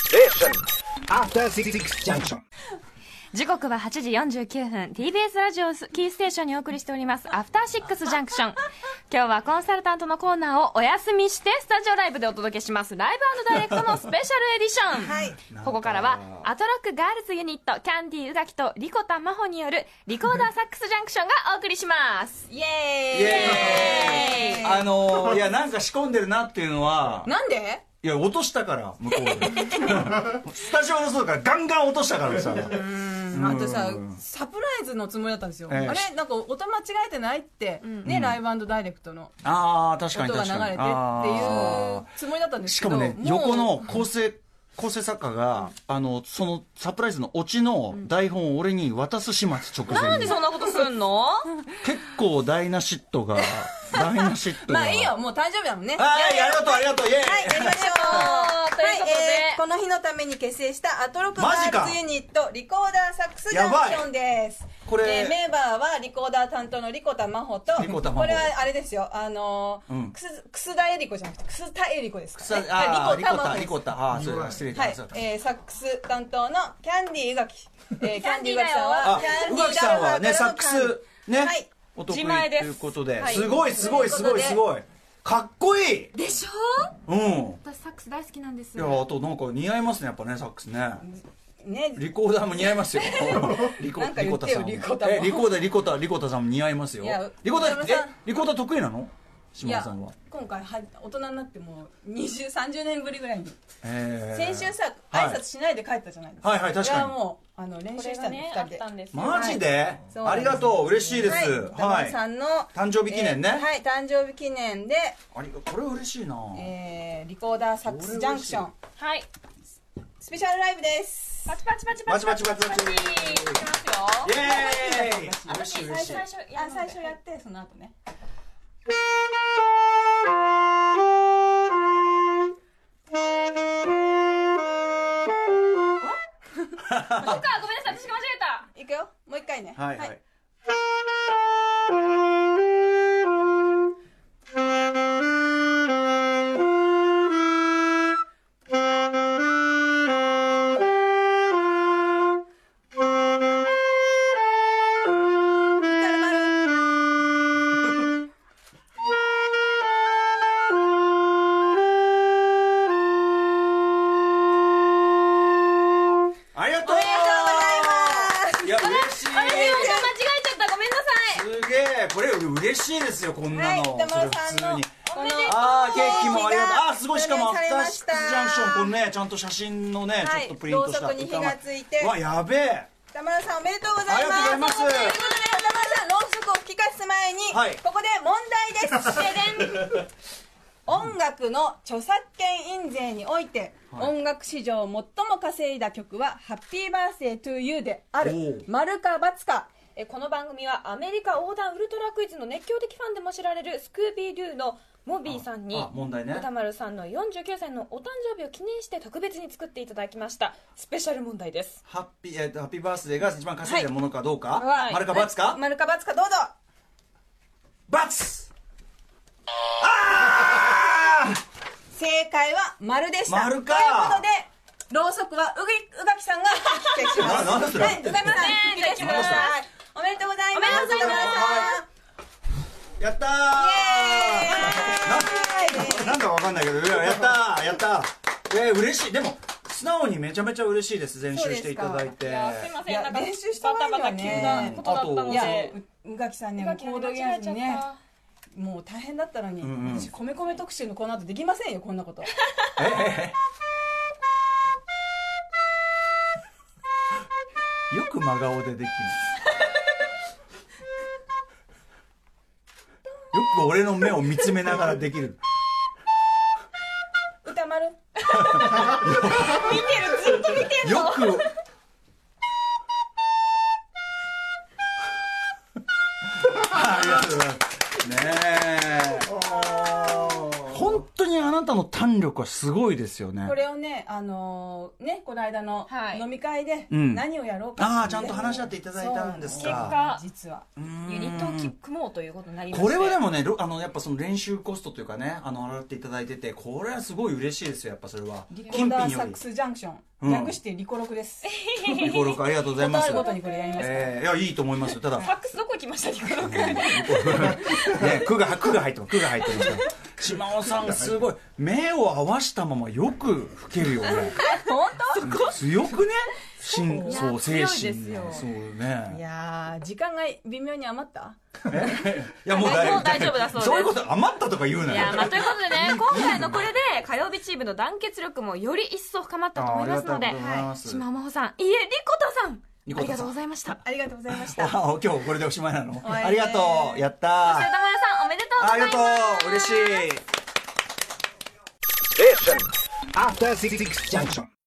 Station. After Six Junction. 時刻は8時49分 TBS ラジオをキーステーションにお送りしておりますアフターシックスジャンクション今日はコンサルタントのコーナーをお休みしてスタジオライブでお届けしますライブダイレクトのスペシャルエディション、ここからはアトロックガールズユニットキャンディー宇垣とリコタマホによるリコーダーサックスジャンクションがお送りしますイエーイイエーイあのー、いやなんか仕込んでるなっていうのはなんでいや落としたから向こうでスタジオの外からガンガン落としたからさあとさサプライズのつもりだったんですよ、ええあれなんか音間違えてないって、ねライブダイレクトのああ確かに音が確流かにれてっていうあつもりだったんーですしけかどもねう横の構成構成作家があのそのサプライズのオチの台本を俺に渡す始末直な前んにでそんなことすんの結構ダイナシットがダイナシットがまあいいよもう誕生日だもんねはいありがとうありがとうイエーイはい、やりましょあーう。ということではい、えーこの日のために結成したアトロックガマジーかルズユニット、リコーダーサックスジャンクションです。これでメンバーはリコーダー担当のリコタマホと、リコタマホこれはあれですよ、あのーうんくす、くすだえりこじゃなくて、くすたえりこですから、ね。あーはいリコタリリココタああーそうだ失礼いたタしマまホですはいした、えー、サックス担当のキャンディー宇垣。えー、キャンディー宇垣さんあは、、宇垣さんはね、サックス、ね、はいお得意自前ですということで、はいすごい、すごい、すごい、すごい。かっこいいでしょうん。い私サックス大好きなんですや、あとなんか似合いますね、やっぱね、サックスね。ね、リコーダーも似合い ますよ。リコなんか言ってよリリココーダタもーさんも。えリコーダー、リコーダー、リコーダーさんも似合いますよいや。リコーダー、宇多田さえん、リコーダー得意なのい島田やさんは。今回は大人になってもう20、30年ぶりぐらいに。えー先週さ、はい挨拶しないで帰ったじゃないですか。はいはい確かにこれはもう、あの、練こ習れしたがんで、ねあす2人っで。たんですよマジでそうなあんりですがとう、嬉しいです。ははいい。。さんの、誕生日記念ねえーはい、誕生日記念で、ありこれ嬉しいなえー、リコーダーサックスジャンクション、はいスペシャルライブです。パチパチパチパチパチパチパチパチパチいきますよイエーイ嬉しい嬉しい最。初やるあ、ので最初やって、その後ね。そっかごめんなさい私が間違えたいくよ。もう一回ね。はいはい。ありがとういや嬉しいあれでも間違えちゃったごめんなさいすげえこれ嬉しいですよこんなの、はい歌丸さんのそれ普通にこのあーケーキもありがとうあーすごいしかもアおフ願いされターまシしックたスジャンクションこれねちゃんと写真のね、はいちょっとプリントしたろうそくに火がついてうわやべえ田村さんおめでとうございますありがとうございますということで田村さんろうそくを吹き返す前に、はいここで問題です 音楽の著作権印税において、はい音楽史上最も稼いだ曲は「ハッピーバースデートゥーユーであおるう丸か×かえこの番組はアメリカ横断ウルトラクイズの熱狂的ファンでも知られるスクービー・デューのモビーさんにあ問題ね歌丸さんの49歳のお誕生日を記念して特別に作っていただきましたスペシャル問題ですハッピー、えーと、ハッピーバースデーが一番稼いでるものかどうか、はい丸か×か、丸か×かどうぞ×正解は丸でした丸かということでろうそくはうぎうがきさんが 吹き消しますななんでそれはいうがきさん吹き消しまじすゃあおめでとうございおますめでとうございますすやったイーななんだかわかんないけど、いややったーやったーえー、嬉しい。でも、素直にめちゃめちゃ嬉しいです。練習していただいて。まいや練習したバわタよねバタ急なことだったのうんいでやあううがきさんねがコードギャルズねもう大変だったのに、んうん私米米特集のこの後できませんよこんな こと よく真顔でできる。よく俺の目を見つめながらできる。歌丸よく。 ありがとうございます。ねえ。本当にあなたの胆力ははすごいですよねこれをね、あのーね、この間のはい飲み会でうん何をやろうかああっちていゃうねんと話し合っていただいたんですそうなんかですあ実は。ユニットをき組もうということになりましてこれはでもねろあのやっぱその練習コストというかねあの払っていただいててこれはすごい嬉しいですよやっぱそれはリコー金ダ品ーサよックスジャンクション。うん略してリコロクです。り ご録ありがとうございまあす るごとにこれやります。えー、いやいいと思いますよただファックスどこ行きましたリコロ君ね、区が区が入ってます区が入ってますから島尾さんすごい目を合わしたままよく老けるよね本強くね心そうい精や神がそう当いねやー、時間が微妙に余ったいやもうもう大丈夫だそうですそういうこと余ったとか言うないよやまあということでね今回のこれで火曜日チームの団結力もより一層深まったと思いますのであーありがとうございます島真帆さんいえリコタさんリコありがタさんとうございましたありがとうございました。あ今日これでおしまいなのいありがとうやったー瀬戸村さんおめでとうごあざいりまがすとう嬉 After しい Six Junction.